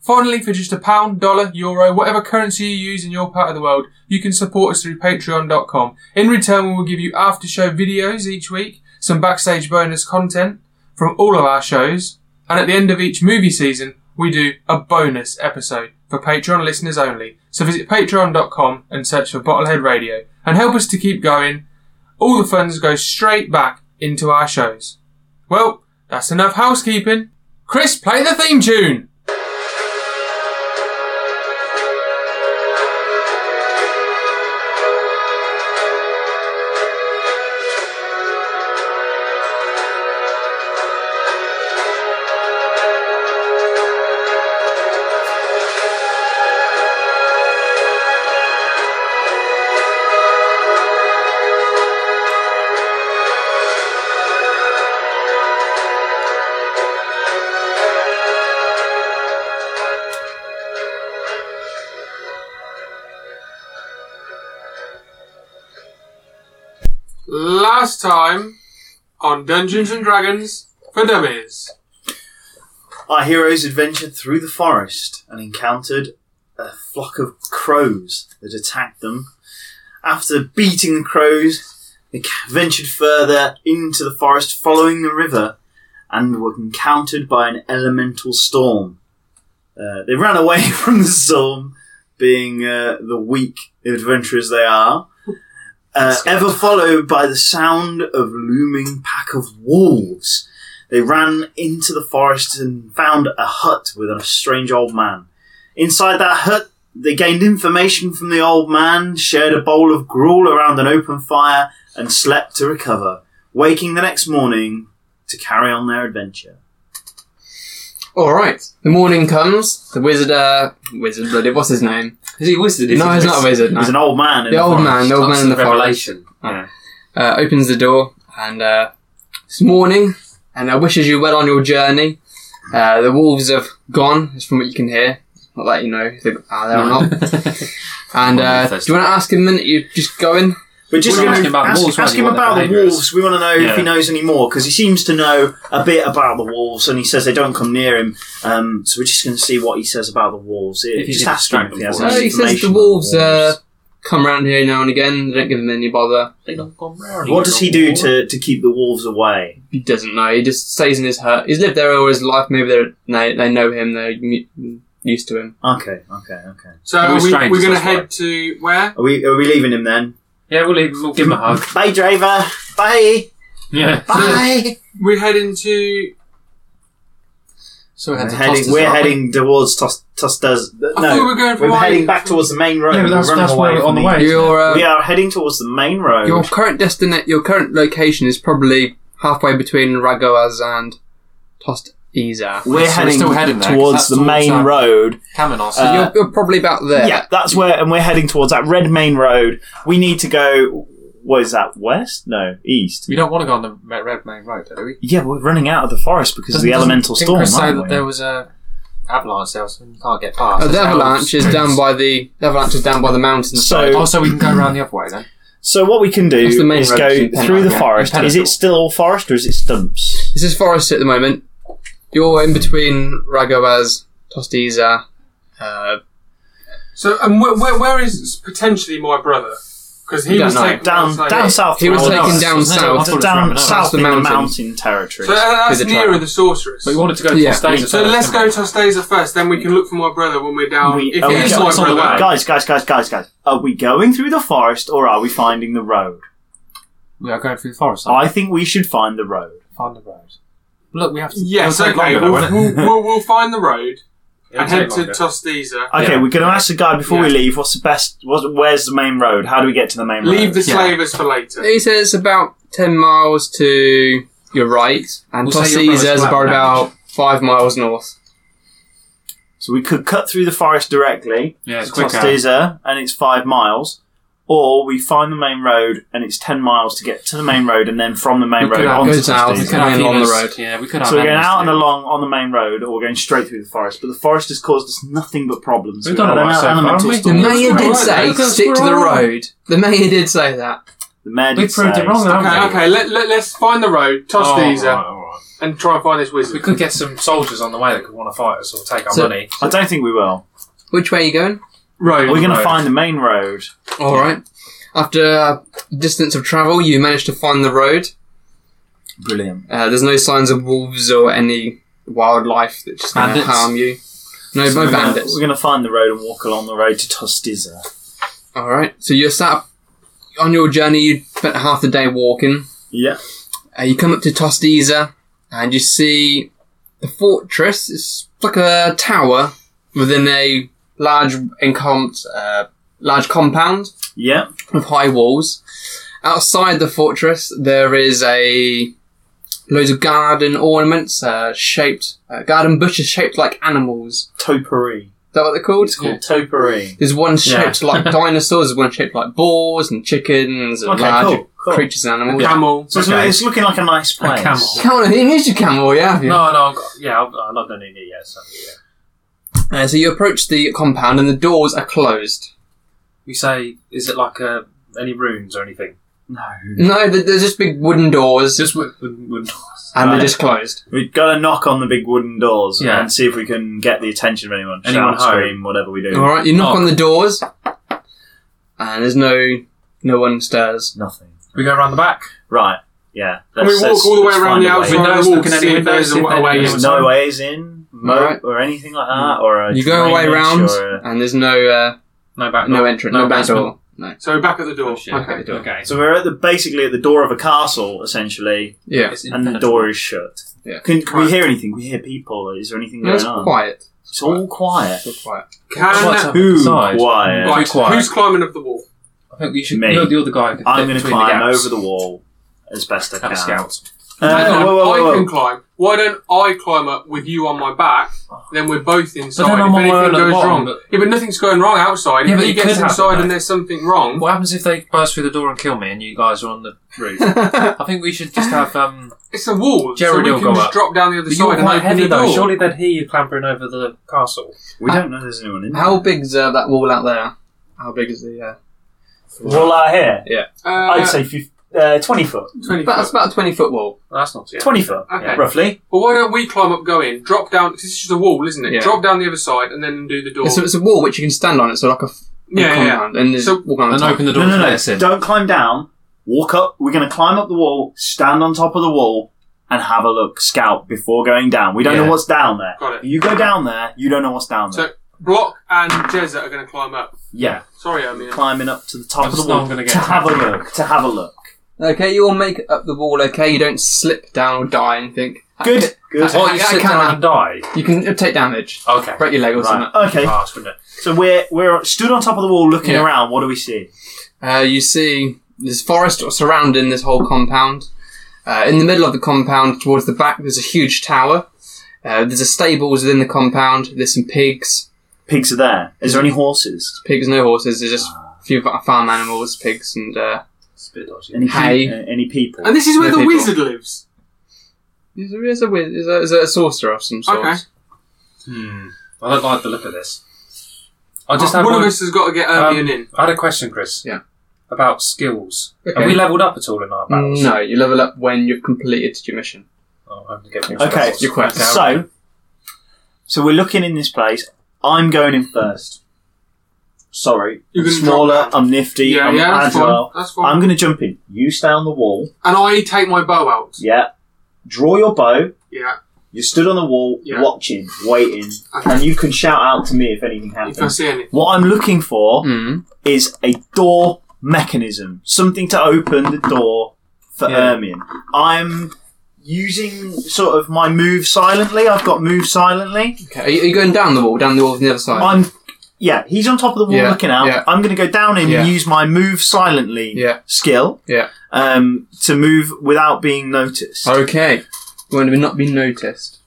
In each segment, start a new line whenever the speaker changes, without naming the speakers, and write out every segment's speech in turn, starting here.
Finally, for just a pound, dollar, euro, whatever currency you use in your part of the world, you can support us through patreon.com. In return, we will give you after show videos each week, some backstage bonus content from all of our shows, and at the end of each movie season, we do a bonus episode for Patreon listeners only. So visit patreon.com and search for Bottlehead Radio and help us to keep going. All the funds go straight back into our shows. Well, that's enough housekeeping. Chris, play the theme tune! Last time on Dungeons and Dragons for Dummies.
Our heroes adventured through the forest and encountered a flock of crows that attacked them. After beating the crows, they ca- ventured further into the forest following the river and were encountered by an elemental storm. Uh, they ran away from the storm, being uh, the weak adventurers they are, uh, ever followed by the sound of looming pack of wolves. They ran into the forest and found a hut with a strange old man. Inside that hut, they gained information from the old man, shared a bowl of gruel around an open fire, and slept to recover, waking the next morning to carry on their adventure.
All right.
The morning comes. The wizard, uh, wizard, bloody, what's his name?
Is he a wizard? Is
no,
he
he's not a wizard. No.
There's an old man in
The
the,
old man,
forest.
the old man in the forest,
revelation.
uh, opens the door and uh, it's morning and uh, wishes you well on your journey. Uh, the wolves have gone, as from what you can hear. Not that you know if they are there or not. And uh, do you want to ask him? Minute you just going?
But just
We're
ask,
asking about
ask-
wolves,
ask
weren't
him
you, what their
about the
behaviour is?
wolves. We want to know if he
Yeah.
knows any more because he seems to know a bit about the wolves, and he says they don't come near him. Um, so we're just going to see what he says about the wolves.
If he
just
can
ask him
distract
if he
them
has
for us.
any
Uh, he says
information
the
on
wolves uh, come round here now and again. They don't give him any bother.
They don't come round
What does he do
here.
to, to keep the wolves away?
He doesn't know. He just stays in his hut. He's lived there all his life. Maybe they're, they they know him. They're mu- used to him.
Okay, okay, okay.
So
We're
are we,
strangers,
we're going to
that's why.
head to where?
Are we are we leaving him then?
Yeah, we'll, leave, we'll give him a hug.
Bye, driver. Bye.
Yeah.
Bye.
We're heading to.
So
We're heading, we're heading towards Tos- Tostas.
I thought we
No,
were going for
we're heading
Wynne.
back towards the main road.
Yeah,
We're
but that's-
running
that's
away
where we're
from
on the
the-
way.
Your uh,
We are heading towards the main road.
Your current destination, your current location is probably halfway between Ragoaz and Tost Iza.
we're
We're
heading,
still heading there, 'cause
towards
that's
the
towards
main
our-
road.
Kamenos.
Uh,
you're, you're probably about there.
Yeah, that's where, and we're heading towards that red main road. We need to go. What is that? West? No, east.
we don't want to go on the ma- red main road, do we?
Yeah, we're running out of the forest because of
Doesn't-
the
doesn't
elemental
didn't
storm.
Chris say
aren't
that
we?
there was a avalanche there, so you can't get past.
Uh, the
There's
avalanche
elves.
is down by the, the avalanche is down by the mountainside.
So-
Oh, so we can go around the other way then.
So what we can do
That's the main
is
road
go
to Penrith,
through the
yeah.
forest.
And
Is it
Penrith.
still all forest or is it stumps?
this is forest at the moment. You're in between Ragoaz, Tost Iza. Uh,
So, and where, where, where is potentially my brother? Because he
We
was
don't know.
taken
Down,
so-
down south.
He was
Oh,
taken
no,
down
it's-
south.
it's down south
the
in the
mountains.
mountain territories.
So uh, that's
With the
nearer
trial.
the sorceress.
But you wanted to go to
Yeah.
Costanza
So
first,
let's
didn't
go to Stasia first, then we can look for my brother when we're down.
We-
if
are
it
we
is
go-
my
it's on the
brother.
way.
guys, guys, guys, guys, guys. Are we going through the forest or are we finding the road?
We are going through the forest.
I think we should find the road.
Find the road. Look, we have to.
Yes,
it'll take
okay.
longer,
We'll,
won't it?
we'll, we'll, we'll find the road
It'll
and head
take
to
longer.
Tostesa.
Okay,
Yeah.
we're going to ask the guy before we
Yeah.
leave. What's the best? What, where's the main road? How do we get to the main
Leave
road?
the slavers for later.
He says about 10 miles to your right, and
We'll
we'll
say your brother's
is
flat
about,
now.
about 5 miles north.
so we could cut through the forest directly.
Yeah, it's
to
quicker.
Costanza, and it's five miles. Or we find the main road, and it's ten miles to get to the main road, and then from the main
We could
road
have-
on to
goes out,
Costanza.
we could have- along the
Venus-
road.
Yeah, we could have
So we're going
Venus
out and
too.
along on the main road, or we're going straight through the forest. But the forest has caused us nothing but problems.
We've done
oh,
had
all right
an
so far, haven't
elemental
we?
The
storm.
Yeah,
mayor
we're
did
right
say
there, 'cause
stick to
we're
the
all right."
road. The mayor did say that.
The mayor
We
did
proved
say
it wrong, haven't
Okay,
we?
okay. Let, let, let's find the road,
Oh,
Tostesa,
alright, alright.
and try and find this
We
wizard.
could get some soldiers on the way that could want to fight us or take our
So-
money.
I don't think we will.
Which way are you going?
Road.
We're going to
road.
find the main road.
Alright. After a distance of travel, you managed to find the road.
Brilliant.
Uh, there's no signs of wolves or any wildlife that's going to
Bandits.
harm you. No, no
we're gonna-
bandits.
We're going to find the road and walk along the road to Tostiza.
All right. So you're sat up on your journey. You spent half the day walking.
Yeah.
Uh, you come up to Tostiza, and you see the fortress. It's like a tower within a large encom- uh, large compound
Yeah.
with high walls. Outside the fortress, there is a loads of garden ornaments uh, shaped uh, garden bushes shaped like animals.
Topiary.
Is that what they're called?
It's called topiary.
There's one shaped like dinosaurs, there's one shaped like boars and chickens and
Okay,
large
cool, cool.
creatures and animals.
Camel.
So it's-
Okay.
it's looking like a nice place.
camel.
Come on, he needs your camel, yeah.
No, no, I've got- yeah, I've, I'm not done it yet. So, yeah.
Uh, so you approach the compound and the doors are closed.
We say, is it like a, any runes or anything?
No.
No, th- there's just big wooden doors
Just with, with, with
and
Right.
they're just closed.
We've got to knock on the big wooden doors
Yeah.
and see if we can get the attention of anyone.
Anyone
Shout,
home?
scream, whatever we do.
All right, you knock
Knock.
on the doors and there's no no one stirs.
Nothing.
we go around the back.
Right. Yeah.
And we walk all the way
let's
around
find
the
a way.
outside
Windows,
of the wall
looking
to
at
see
any
if there's a
windows,
a
if
way
there
in.
is
There's no ways in, moat,
Alright.
or anything like that, or a
You go away
drainage
round
or a-
and there's no uh,
Oh, No back.
no
door.
entrance, no, back door. No.
So we're back at the door.
Oh, shit,
okay.
okay.
Okay.
So we're at the basically at the door of a castle, essentially,
Yeah,
It's
and the
infinite.
door is shut.
Yeah.
Can, can we
Right.
hear anything? We hear people. Is there anything
no,
going
it's
on?
quiet.
It's all quiet.
It's quiet.
Can,
What's up
Who
inside?
quiet?
right,
Too quiet.
Who's climbing up the wall?
I think we should.
Me.
You're, you're the guy. who can
I'm
fit
going to
between
climb
the gaps.
over the wall as best I
Have
can.
a scout.
Uh,
Hang on,
whoa, whoa, whoa,
I can
whoa.
climb. Why don't I climb up with you on my back? Then we're both inside.
But then I'm
if
on my own
anything
at the
goes
bottom,
wrong,
but-
yeah, but nothing's going wrong outside.
Yeah,
if
but
he
it
gets
could happen,
inside
though.
and there's something wrong,
What happens if they burst through the door and kill me, and you guys are on the roof? I think we should just have. Um,
it's a wall.
Jared
so
will
we can
go
just
up.
drop down the other
but
side
you're
and
quite
open
heavy
the
though.
door.
Surely they'd hear you clambering over the castle.
We don't know there's anyone in
How
there.
big's uh, that wall out there? How big is the? Uh,
Well, I hear.
Uh,
I'd say fif- uh, 20 foot.
20
about, it's
foot.
about a twenty foot wall.
Well, that's not too.
20 foot,
Okay.
Yeah.
roughly.
Well, why don't we climb up, go in, drop down? Because it's just a wall, isn't it?
Yeah.
Drop down the other side and then do the door.
It's a, it's a wall which you can stand on. It's like a f-
yeah, yeah, yeah.
compound, and there's
So-
walk on the
And
top.
open the door
No, no,
to let
no.
us in.
Don't climb down. Walk up. We're going to climb up the wall, stand on top of the wall, and have a look, scout before going down. We don't know
Yeah.
what's down there.
Got it.
You go down there, you don't know what's down there.
So Block and Jezza are going to climb up.
yeah.
Sorry, I mean.
Climbing up to the top
I'm
of the
just not
wall
gonna
to
get
have a
attacked.
look. To have a look.
Okay, you all make up the wall. Okay, you don't slip down or die or anything.
Good. Good.
I-
What you sit
can't-
down and die?
You can take damage,
Okay. Ah,
break your leg or
Right.
something.
Okay.
Fast, wouldn't it?
So we're we're stood on top of the wall, looking
Yeah.
around. What do we see?
Uh, you see there's forest surrounding this whole compound. Uh, in the middle of the compound, towards the back, there's a huge tower. Uh, there's a stables within the compound. There's some pigs.
Pigs are there. Is there any horses?
Pigs, no horses. There's just a few fa- farm animals, pigs, and uh,
It's a bit dodgy.
Any pe-
Hay.
uh, any people?
And this is where
No
the
people.
wizard lives.
there's a, there's a, wiz- there's a, there's a sorcerer of some sort.
Okay.
Hmm. I don't like the look of this. I
Ah,
just had
one,
one.
of us has got to get Ermion
um,
in.
I had a question, Chris.
Yeah.
About skills.
Okay.
Are we leveled up at all in our battles?
No, you level up when you've completed your mission.
Oh, I have to get things
Okay.
sorted.
Your quest.
So, so we're looking in this place. I'm going in first. Sorry,
You're
I'm
gonna
smaller.
drop
I'm nifty.
Yeah,
I'm
yeah, that's fine.
agile.
That's
I'm
fine.
going to jump in. You stay on the wall.
and I take my bow out.
Yeah. Draw your bow.
Yeah.
You stood on the wall,
Yeah.
watching, waiting,
Okay.
and you can shout out to me if anything happens.
If I see anything.
What I'm looking for
Mm.
is a door mechanism, something to open the door for
Yeah.
Ermion. I'm using sort of my move silently. I've got move silently.
Okay. Are you, are you going down the wall? Down the wall from the other side?
I'm yeah, he's on top of the wall
Yeah,
looking out.
yeah.
I'm going to go down him
Yeah.
and use my move silently
Yeah.
skill
Yeah.
um, to move without being noticed.
Oh, Okay. You want to be not be noticed.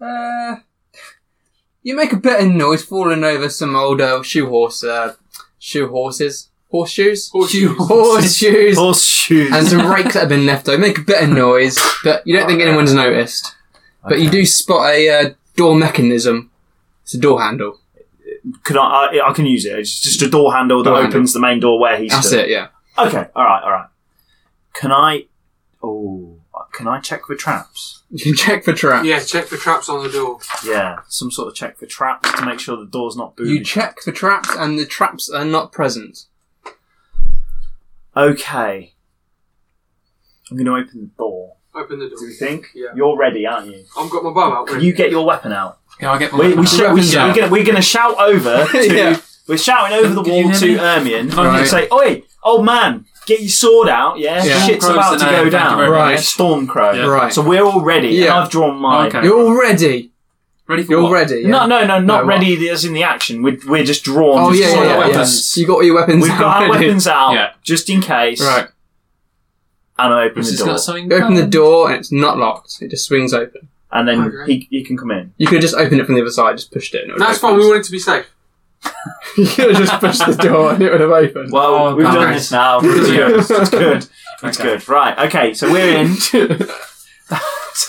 Uh, you make a bit of noise falling over some old uh, shoe horse, uh, shoe horses, horseshoes,
Horseshoes.
Shoe horseshoes,
Horseshoes.
and some rakes that have been left over. Make a bit of noise, but you don't think anyone's noticed. But you do spot a uh, door mechanism. It's a door handle.
Can I, I? I can use it. It's just a door handle that
Door
opens
handle.
the main door where he's.
That's
stood.
it. Yeah.
Okay. All right. All right. Can I? Oh, can I check for traps?
You can check for traps.
Yeah, check for traps on the door.
Yeah, some sort of check for traps to make sure the door's not booby.
You check for traps, and the traps are not present.
okay. I'm going to open the door.
Open the door.
Do you think?
Yeah.
You're ready, aren't you?
I've got my bow out.
Can you get your weapon out?
Yeah, I get my.
We, we
weapon
should,
out.
we
weapons
should-
out.
we're going we're gonna shout over to.
Yeah.
We're shouting over the
Can
wall
you
to
hear me?
Ermion
Right.
and say, Oi, old man, get your sword out, yeah?
Yeah.
Shit's
Stormcrow's
about
the
to
name,
go
thank you
down.
very
Right.
Yeah, Stormcrow.
Yeah.
Right.
So we're all ready. and
Yeah.
I've drawn mine.
Okay.
You're all ready.
Ready for
You're all
what?
ready. yeah?
No, no, no,
No,
not
what?
ready as in the action. We're, we're just drawn.
Oh
just
yeah,
drawn
yeah, yeah,
our
yeah.
weapons.
You got your weapons.
We've got our
already.
weapons out
Yeah.
just in case.
Right.
And I open
This
the
has
door.
got something.
You open the door and it's not locked. It just swings open.
And then
Oh,
Okay.
he, he can come in.
You could have just opened it from the other side. Just pushed it. And it would
That's
have
fine. We
opened.
want it to be safe.
you could have just pushed the door and it would have opened.
Well,
Oh,
we've
God.
done this now. It's good. It's good. It's
Okay.
good. Right. Okay. So we're in. so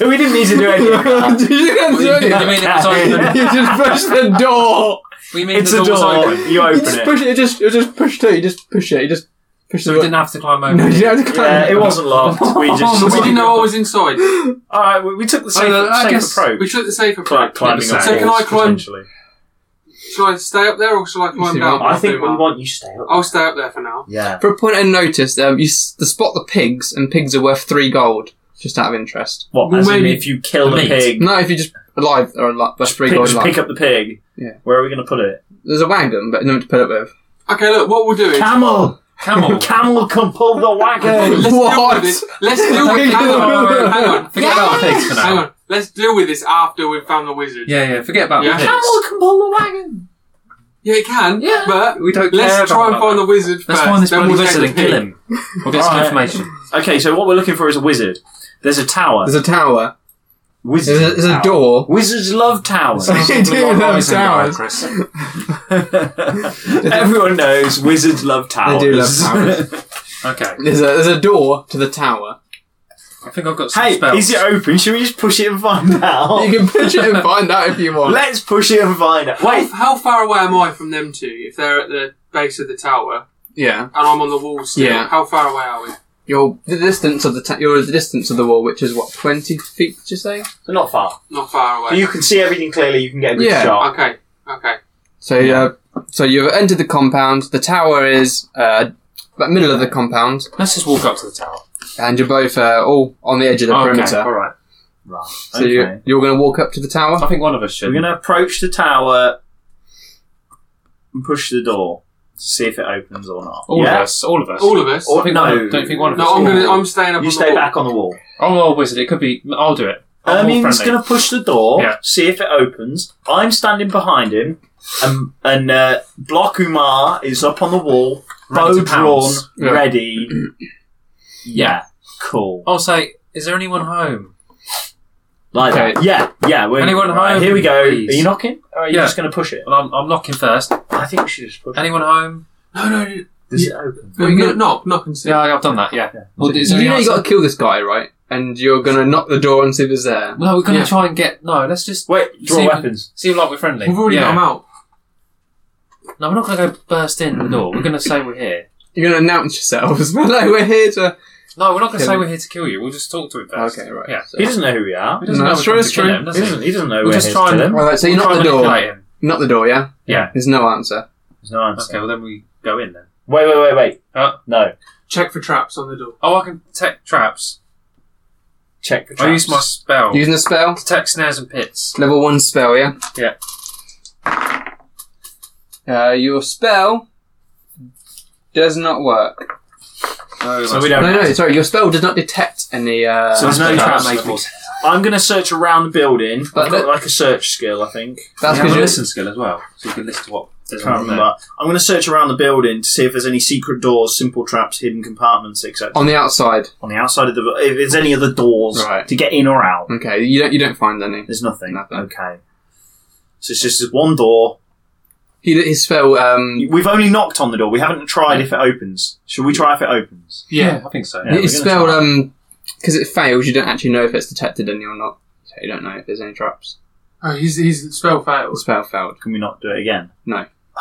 we didn't need to do anything.
you didn't do
What do you
anything.
mean it was open?
You just pushed the door.
We mean
It's
the
a
door's
door.
open.
You
You
open
just
it.
push it. You just, you just pushed it. You just push it. You just pushed
So we
it.
didn't have to climb over.
No, you don't have to climb.
Yeah, it wasn't locked. We just.
So we didn't know I was inside.
All right. We, we took the safe,
Oh, no, I
safe
guess
approach.
We took the safe
Like
approach.
climbing
So
up
can
walls,
I climb-
potentially.
Shall I stay up there or shall I climb
see
down?
what-
I think we
I'll-
want you to stay up.
I'll stay up there for now.
Yeah.
For a point of notice, um, you s- the spot the pigs, and pigs are worth three gold. Just out of interest.
What?
Well,
as in
maybe-
if you kill the
Meat.
pig,
No, if you just alive or alive, that's three
pick,
gold.
just
alive.
pick up the pig.
Yeah.
Where are we going to put it?
There's a wagon, but nothing to put up with.
Okay, look, what we'll do is.
Camel.
Camel.
Camel can pull the wagon.
Let's deal
What?
with this. Let's deal with Hang on. Hang on.
Forget about the pigs for now.
Hang on. Let's deal with this after we've found the wizard.
Yeah, yeah. Forget about
Yeah.
the pigs.
can pull the wagon.
Yeah, it can.
Yeah.
But
We don't care
let's try and
about
find
that.
the wizard
Let's
first.
find this
then
bloody
we'll
wizard
take
and
the
kill
pig.
him. We'll get some
Alright.
information.
Okay, so what we're looking for is a wizard. There's a tower.
There's a tower.
wizard
There's a, there's a
tower.
door.
Wizards love towers.
They do
Lord
love
Rising Guy,
towers.
Chris.
Everyone knows wizards love towers.
do love towers.
Okay.
There's a there's a door to the tower.
I think I've got some
hey,
spells.
is it open? Should we just push it and find out?
You can push it and find out if you want.
Let's push it and find out. Wait,
How, how far away am I from them two? If they're at the base of the tower
yeah,
and I'm on the wall still,
Yeah.
how far away are we?
you're the distance of the ta- you're the distance of the wall, which is what twenty feet. Did you say?
so not far.
Not far
So
away.
you can see everything clearly. You can get a good
Yeah.
shot.
Okay. Okay.
So uh, so you've entered the compound. The tower is uh, about middle of the compound,
Let's just walk up to the tower.
and you're both uh, all on the edge of the
Okay,
perimeter.
alright.
Right.
So you're, you're going to walk up to the
I
tower.
think one of us
We're
should.
going to approach the tower and push the door to see if it opens or not.
All
yeah?
of us. All of us.
All of us.
Or-
I think
no.
one of- don't think one of
no,
us.
I'm gonna. I'm staying up. on
You
the
stay
wall.
back on the wall.
Oh, well, wizard. It could be. I'll do it. I'm all
Ermin's
friendly.
going to push the door,
Yeah.
see if it opens. I'm standing behind him, and, and uh, Block Umar is up on the wall,
Ready
bow
to
drawn,
pounce.
Yeah.
ready. Yeah, cool.
I'll say, is there anyone home?
Like
Okay.
that. Yeah, yeah. We're,
Anyone
right,
home,
Here we go.
please?
Are you knocking? Or are you
Yeah.
just going to push it?
Well, I'm, I'm knocking first.
I think we should just push it.
Anyone home?
No, no, no.
Does it open?
no,
Well, you
no
can-
knock, knock and see.
Yeah, I've done that. Yeah. Well, is
You
there
know
anyone
you got
else?
to kill this guy, right? And you're going to knock the door and see if it's there.
No, we're gonna
Yeah.
try and get. No, let's just
Wait, draw
See-
weapons.
seem like we're friendly.
We've already
yeah.
got him out.
No, we're not gonna go burst in the door. We're gonna say we're here.
You're going to announce yourselves. Well, no, we're here to.
No, we're not gonna
Kill
say
him.
we're here to kill you. We'll just talk to him first.
Okay, right.
Yeah.
He doesn't know who we are.
He doesn't
No,
know
it's
we're
true,
coming
it's
to kill
true.
him, does
He doesn't, he doesn't know
We'll
we're
just
here
try
to
and-
kill him.
All right, so you
We'll
knock
try
the
and
door.
manipulate him.
Not the door, yeah?
Yeah.
There's no answer.
There's no answer.
Okay, well then we go in then.
Wait, wait, wait, wait.
Uh,
no.
Check for traps on the door.
Oh, I can detect traps.
Check the
I use my spell.
Using a spell?
Detect snares and pits.
Level 1 spell, yeah?
Yeah.
Uh, your spell does not work.
Oh,
So we don't.
No, no, sorry, your spell does not detect any. Uh,
So there's no
That's
trap
what
making.
traps.
I'm going to search around the building.
But
I've got
the-
like a search skill, I think.
that's
you have
because
a
you're.
listen skill as well, so you can listen to what. there's
Can't
on there.
remember. I'm going to search around the building to see if there's any secret doors, simple traps, hidden compartments, etc.
On the outside.
On the outside of the, bu- if there's any other doors
Right.
to get in or out.
Okay, you don't, you don't find any.
There's nothing.
Nothing.
Okay. So it's just this one door.
He, his spell. Um,
We've only knocked on the door. We haven't tried if it opens. Should we try if it opens?
Yeah, I think so.
Yeah, we're
his
gonna
spell.
try.
um 'cause because it fails, you don't actually know if it's detected any or not. So you don't know if there's any traps.
Oh, his, his spell
The
fails.
spell failed.
Can we not do it again?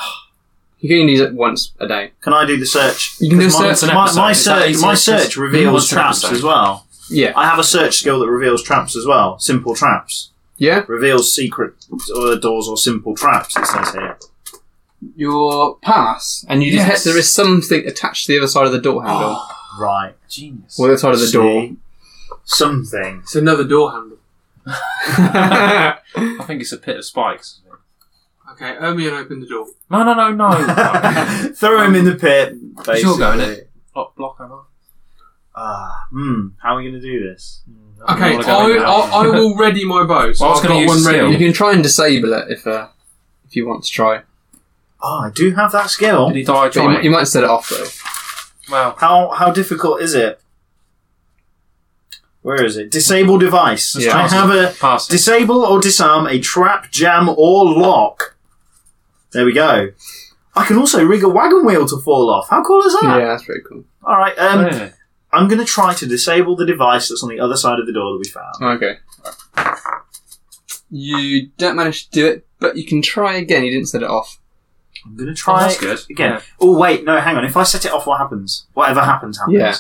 You can only use it once a day.
Can I do the search?
You can do
'Cause my,
search
an
My,
episode.
my
Is that-
search,
is
my
that-
search
you want
reveals
an
traps
episode?
as well.
Yeah.
I have a search skill that reveals traps as well. Simple traps
Yeah?
reveals secret or doors or simple traps. It says here.
Your pass, and you detect
Yes.
there is something attached to the other side of the door handle.
Ah, Right.
Genius.
or the other side of the
See?
door.
Something.
It's another door handle.
I think it's a pit of spikes.
Okay, Ermion opened the door.
No, no, no,
Oh,
no.
Throw him in the pit. Basically.
Sure, go in it. Block, block, am I?
Ah, hmm. How are we going to do this?
Okay, I,
wanna go in now.
I, I will ready my bow. So
Well, I was
I've
gonna
got
use
one ready.
you can try and disable it if uh, if you want to try.
Ah, I do have that skill.
Did he die
But you,
trying?
might- you might set it off though.
Well,
How how difficult is it? Where is it? Disable device.
Yeah.
I have a
pass. it.
disable or disarm a trap, jam, or lock. There we go. I can also rig a wagon wheel to fall off. How cool is that?
Yeah, that's pretty cool.
All right. Um,
Yeah.
I'm going to try to disable the device that's on the other side of the door that we found.
Okay. You don't manage to do it, but you can try again. You didn't set it off.
I'm going to
Oh,
try
that's
it
good.
again.
Yeah.
Oh wait, no, hang on. If I set it off, what happens? Whatever happens, happens.
Yeah.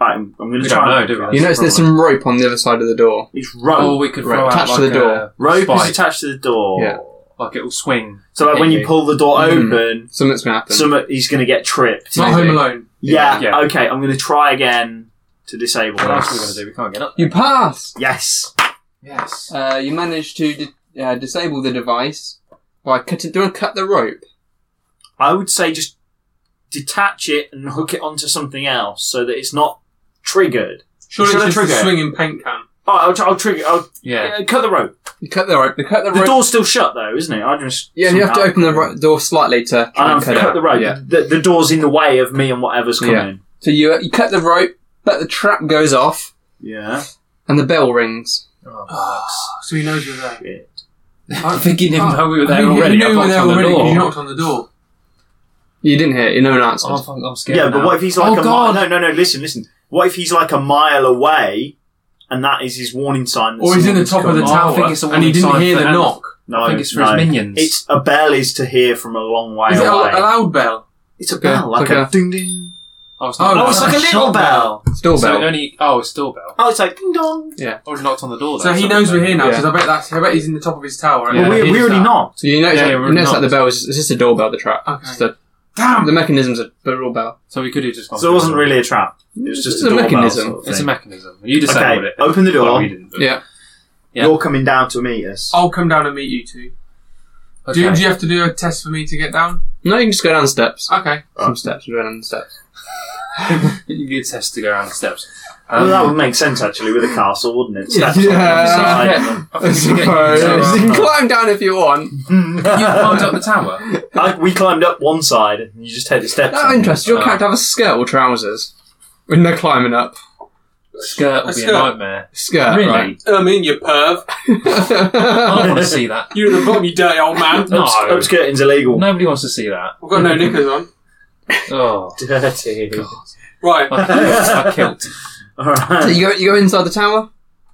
Right, I'm, I'm going to
We
try.
don't know,
and-
do we?
You notice there's some rope on the other side of the door.
It's
Or
rope.
we could
Right.
throw out
Attached
like
to the door.
a
rope is
spike.
attached to the door.
Yeah.
like it will swing.
So like when you
Maybe.
pull the door
Mm.
open,
Something's gonna happen.
some he's going to get tripped.
It's not
Maybe.
Home Alone.
Yeah.
Yeah.
Okay, I'm going to try again to disable.
What else are we
this.
going to do? We can't get up.
you pass.
Yes.
Yes.
Uh, you manage to di- uh, disable the device by cutting. Do you want to cut the rope?
I would say just detach it and hook it onto something else so that it's not triggered.
Surely
Shall I
it's just
trigger
a
it?
swinging paint can.
Oh, I'll, tr- I'll trigger. I'll
Yeah.
uh, cut the rope.
You cut the rope. You cut the
The
rope.
door's still shut though, isn't it? I just
yeah, you have to
somehow-
open the ro- door slightly
I
to try
don't
and
have to
cut it.
cut
out.
the rope.
Yeah.
The, the door's in the way of me and whatever's
Yeah.
coming.
So you you cut the rope, but the trap goes off
Yeah.
and the bell rings.
Oh,
So he knows you're there.
Shit.
I think he didn't know we were there
You- you
already.
knew
I
we were
knocked
there
on the
already 'cause
door.
you knocked on the door.
You didn't hear. it, You know an answer.
Oh, I'm, I'm scared.
Yeah, but
now.
what if he's like
Oh,
a mi-
God.
no, no, no. Listen, listen. What if he's like a mile away, and that is his warning sign? That
Or he's in the
someone's
top of the
coming?
Oh, I
tower
think it's a
and he
warning
didn't
sign
hear
for
the
Anna.
knock.
No,
I think it's for
no.
his minions.
It's a bell is to hear from a long way
Is it a,
away.
a loud bell?
it's a bell, like,
like
a,
a-
ding ding.
I was
Oh,
Oh,
knocked
it's
on
like a
the
little
door.
bell.
It's doorbell.
So it only, oh, it's still bell.
Oh, it's like ding dong.
Or knocked on the door.
So
though,
he knows
something.
we're here now
Yeah.
because I bet that's I bet he's in the top of his tower. and
Yeah.
Well,
he
we, we
hears
already
that.
knocked.
So you notice,
Yeah,
that,
we're
you notice
not-
that the bell is it's just a doorbell. The trap.
Okay.
It's just a,
Damn.
the mechanism's a doorbell.
So we could have just gone
So it
through
wasn't
the door.
really a trap. It was just
It's
a,
a
doorbell
mechanism.
sort of
It's a
thing.
mechanism. You disabled
Okay,
it.
open the door.
Well, we didn't. but-
Yeah.
Yeah.
You're coming down to meet us.
I'll come down and meet you two.
Okay.
Do, do you have to do a test for me to get down?
No, you can just go down the steps.
Okay.
Some steps. We're going down the steps.
You do a test to go around the steps.
well,
Um,
that would make sense actually with a castle, wouldn't it? Steps
Yeah.
on
I think we should get you,
So,
uh,
you can climb down if you want.
one
you climbed
side.
up the tower.
I, we climbed up one side, and you just take the steps.
That
on.
interests your
Uh,
character have a skirt or trousers. With no climbing up.
Skirt would be a
Skirt.
nightmare.
Skirt,
Really?
right?
I mean, you perv.
I don't
I
want to see that.
You're in the bottom, you dirty old man.
No.
Upskirting's illegal.
Nobody wants to see that.
I've got no knickers on.
Oh,
Dirty.
Right.
my kilt. My kilt.
All right.
So you go, you go inside the tower.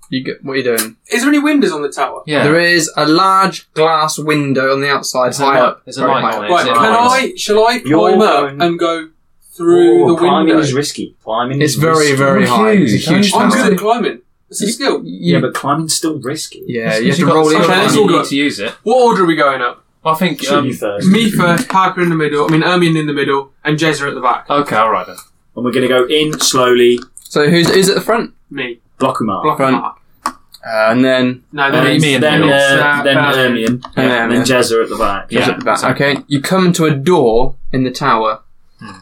You go, what are you doing?
Is there any windows on the tower?
Yeah.
There is a large glass window on the outside,
There's a
high
light-
up.
there's a
very
light
high
on
up.
it.
Right.
Is
Can
nice?
I? Shall I climb
You're
up
going-
and go through
Ooh,
the
climbing
window?
is risky. Climbing
It's
is
very,
risky.
very
It's
high. It's a
huge.
huge
I'm
tower.
good at climbing. It's a skill.
Yeah, but climbing's still risky.
yeah, you have
You've
to
got-
roll in.
sometimes
Okay, let's
and
you
all
climb.
go.
need to use it.
What order are we going up?
I think.
Shoot you
Um,
first.
Me first, Parker in the middle. I mean, Ermin in the middle, and Jezza at the back.
um, okay, all right then.
And we're going to go in slowly,
So who's who's at the front?
Me.
block them up.
Block
Front.
up.
Uh, and then
No,
And
then
me in the
then,
middle.
uh,
Uh,
then
Balin.
Ermion.
And
And then
Ermion.
Jezza at the back.
who's
Yeah.
at the back. Okay, you come to a door in the tower.
Hmm.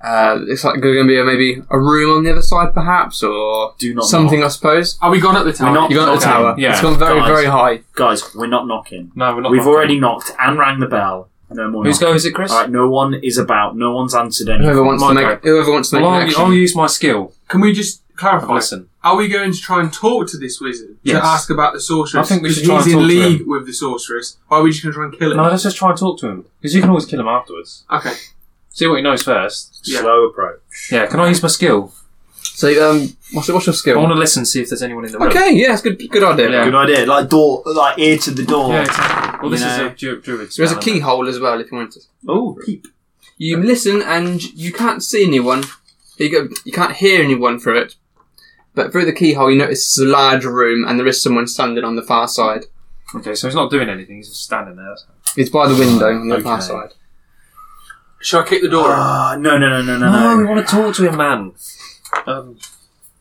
Uh, it's like going to be a, maybe a room on the other side, perhaps, or
Do not
something.
knock.
I suppose
Are we gone up the tower?
We're not-
you got
Okay,
the tower.
yeah.
It's gone very,
Guys.
very high.
Guys, we're not knocking.
No, we're not.
We've
knocking.
already knocked and rang the bell. No more
Whose
knocking.
go is it, Chris?
Alright, Uh, no one is about. No one's answered anything.
Whoever wants
My
to make,
turn.
whoever wants to make
Well,
an
I'll,
action.
I'll use my skill.
Can we just
I've
clarify?
listened.
Are we going to try and talk to this wizard
Yes.
to ask about the sorceress?
I think we
'Cause
should try
he's
and
in
talk to
league with the sorceress. Or are we just going to try and kill him?
No, let's just try and talk to him because you can always kill him afterwards.
Okay.
See what he knows first.
Yeah.
Slow approach.
Yeah. Can I use my skill?
So, um, what's, what's your
I want
skill?
to listen, see if there's anyone in the room.
Okay, yeah, it's good, good idea.
Yeah.
Good idea. Like door, like ear to the door.
Yeah. Exactly. Well, this
You know.
is a dru- druid.
There's a
spell, isn't it?
keyhole as well if you want to.
Oh, peep.
You listen and you can't see anyone. You, go, you can't hear anyone through it. But through the keyhole, you notice it's a large room and there is someone standing on the far side.
Okay, so he's not doing anything. He's just standing there. that's-
It's by the window on the far
Okay.
side.
Shall I kick the door?
Uh.
in?
Ah, no, no, no, no, no,
No,
no.
we want to talk to him, man. Um,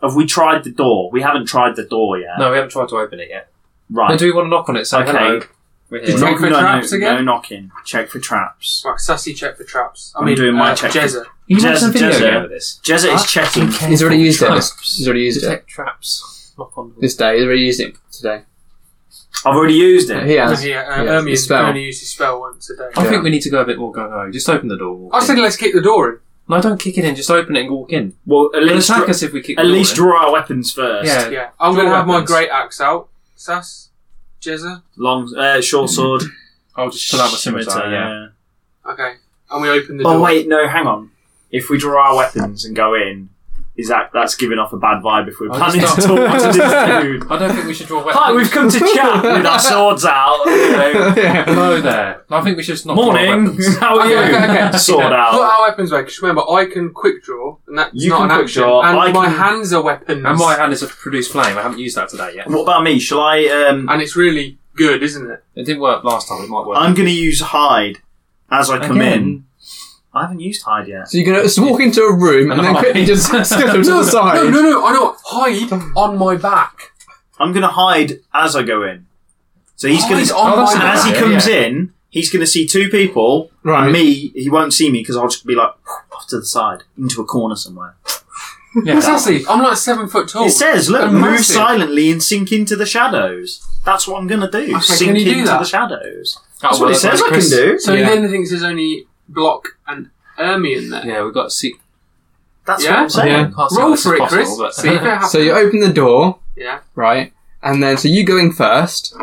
Have we tried the door? We haven't tried the door yet.
no, we haven't tried to open it yet.
Right.
No, do we want to knock on it? Say
Okay.
hello. We're here.
Just Check for
no,
traps
no,
again?
no knocking. Check for traps.
Right, sassy check for traps. I
I'm
mean,
doing my
uh,
check.
Jezza.
You can
Jez-
make some video
Jez-
game of this.
Jezza is checking.
Okay.
He's already used it.
Traps.
He's already used it
Detect traps. Knock on.
this day. He's already used it today.
I've already used it.
He
No,
has.
he, uh,
yeah,
Ermion
his spell.
can only use his spell once a day.
I
Yeah.
think we need to go a bit more go go. Just open the door. walk
I said
in.
let's kick the door in.
no, don't kick it in. Just open it and walk in.
Well, at
They'll
least,
attack
dra-
us if we kick.
at
the door
least
in.
draw our weapons first.
Yeah.
Yeah. I'm
Draw
going to have my
weapons.
great axe out. Sass, Jezza.
Long, uh, short sword.
I'll just Mm-hmm. pull out my scimitar. Yeah.
Okay. And we open the
Oh
door.
wait, no, hang on. If we draw our weapons and go in, is that that's giving off a bad vibe? If we're
I'll
planning to
just
talk to this dude.
I don't think we should draw weapons.
Hi, we've come to chat with our swords out. You know.
yeah.
Hello there. I think we should just not draw
Morning,
weapons.
how are you?
Okay, uh, okay, okay.
Sword
Put
out.
our weapons away, because remember, I can quick draw, and that's
You
not
can
an
quick
action.
draw,
and
I
my
can-
hands are weapons.
And my hand is a produced flame. I haven't used that today yet.
What about me? Shall I? Um,
And it's really good, isn't it?
It didn't work last time. It might work.
I'm going to use hide as I come
Again?
in. I haven't used hide yet.
So you can just walk into a room and then quickly just skittle to the side.
No, no, no, I know. Hide on my back.
I'm going to hide as I go in. So he's going
Hide
to.
on
Oh, that's
my
And
an
back.
as he
Yeah,
comes
yeah.
in, he's going to see two people.
Right.
Me, he won't see me because I'll just be like off to the side, into a corner somewhere.
yeah.
Sassy, I'm like seven foot tall.
It says, look,
And
move
Oh, massive.
silently and sink into the shadows. That's what I'm going to do.
can
sink
you do
into
that?
the shadows.
That'll
Oh, That's what it says
work, right,
I can
Chris?
do.
So
Yeah.
then the thing says only block and Ermion there.
Yeah, we've got to see.
That's
Yeah?
what I'm saying.
Yeah.
Can't see how
Roll
this is
for it,
possible,
Chris.
but-
See if it happens.
So you open the door,
yeah.
right? And then, so you go in first.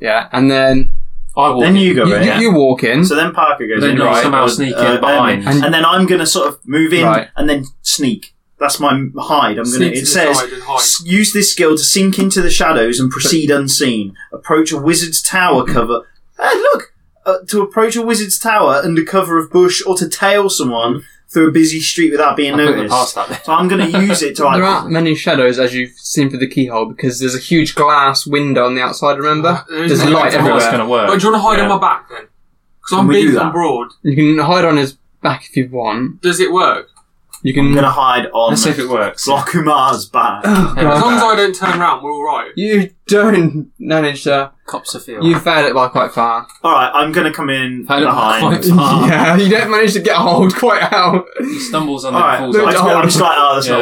Yeah, and then
I walk
Then
in.
you go
you,
in.
you, you walk
Hmm?
in.
So then Parker goes
Then
in,
you'll
right,
somehow
or,
sneak in
Ermin.
behind.
and, then I'm going to sort of move in
Right.
and then sneak. That's my m- hide. I'm going
Sneak to
to. It
the
says
side and hide.
"S- use this skill to sink into the shadows and proceed unseen. Approach a wizard's tower cover. Hey, look uh, to approach a wizard's tower under cover of bush or to tail someone through a busy street without being
I think we're
noticed.
past that.
So I'm going to use it to like.
There aren't many shadows as you've seen through the keyhole because there's a huge glass window on the outside, remember?
There is
There's
no
light
glass.
Everyone's
everywhere.
going to work.
But do you want to hide
Yeah.
on my back then? Because I'm
Can we do
big
that?
and broad.
You can hide on his back if you want.
Does it work?
You
I'm
can.
going to hide on
Let's see if it works.
Blockumar's back.
Oh,
Yeah.
As long
God.
as I don't turn around, we're all right.
You don't manage to.
Cops are field.
You failed it by quite far.
All right, I'm going to come in
I don't-
behind.
quite far.
Yeah, you don't manage to get a hold quite out.
He stumbles on
All
the
right,
falls.
look,
I
over.
just, I'm just like, oh, that's
Yeah.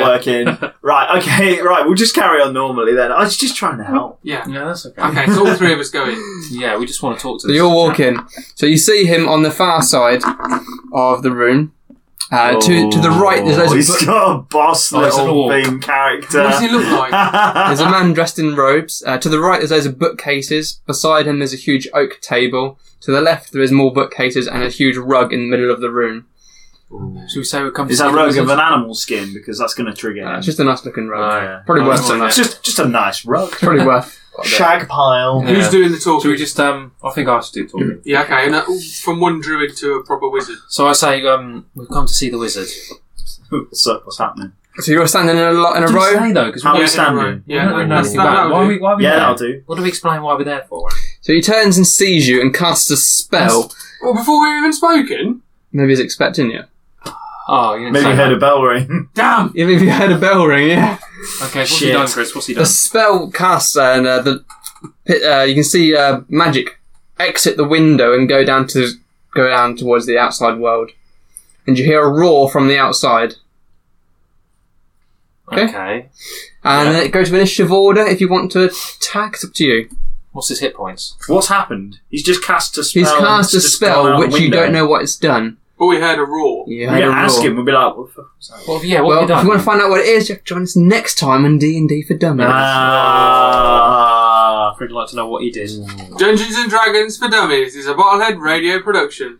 not working. Right, okay, right, we'll just carry on normally then. I was just trying to help.
Yeah.
No, that's okay.
Okay, so all three of us go in.
Yeah, we just want to talk to.
So
this
you're
chap.
walking. So you see him on the far side of the room. Uh, to, to the right, there's,
Oh,
loads of
he's
bu-
got a boss
Oh, it's an
little
orc.
thing character.
What does he look like?
there's a
Uh-huh.
man dressed in robes. Uh, to the right, there's loads of bookcases. Beside him, there's a huge oak table. To the left, there is more bookcases and a huge rug in the middle of the room.
Should we say we come?
Is
to
that
see
rogue
the
of
wizard?
an animal skin? Because that's going to trigger
Uh,
him.
it's just a nice looking rug.
Oh, yeah.
Probably
Oh,
worth
yeah.
some.
It's just, just a nice rug.
Probably worth.
Shag pile.
Yeah.
Who's doing the talking?
Should we just? Um, I think I should do talking.
Yeah, okay. And, uh, from one druid to a proper wizard.
So I say, um, we've come to see the wizard.
What's up? What's happening?
So you're standing in a lot in a
Didn't
row.
say though, because
How
we
we
don't
standing?
we don't
Yeah,
really know
that's-
anything
that-
about it.
that'll
Why are
do.
we,
Oh,
why are we
Yeah,
there?
that'll do.
What do we explain why we're there for?
So he turns and sees you and casts a spell.
Well, before we've even spoken.
Maybe he's expecting you.
Oh, you didn't
Maybe
say
you heard
that.
a bell ring.
Damn.
Even if you heard a bell ring, yeah.
Okay, what's
Shit.
he done, Chris? What's he
The
done?
spell casts and uh, the pit- uh, you can see uh, magic exit the window and go down to go down towards the outside world. And you hear a roar from the outside. okay.
Okay.
And it goes to initiative order. If you want to attack, it's up to you.
What's his hit points?
What's happened? He's just cast a spell.
He's cast a
It's just gone
spell
out
which you
window.
don't know what it's done.
But we heard a roar.
You
We
heard
can
a
ask
roar.
him. We'll be like, what the fuck was that?
Well, yeah, what
Well,
have you
if
done?
you want to find out what it is, you have to join us next time on D and D for Dummies.
Ah.
Ah. I'd really like to know what he did.
Dungeons and Dragons for Dummies is a Bottlehead radio production.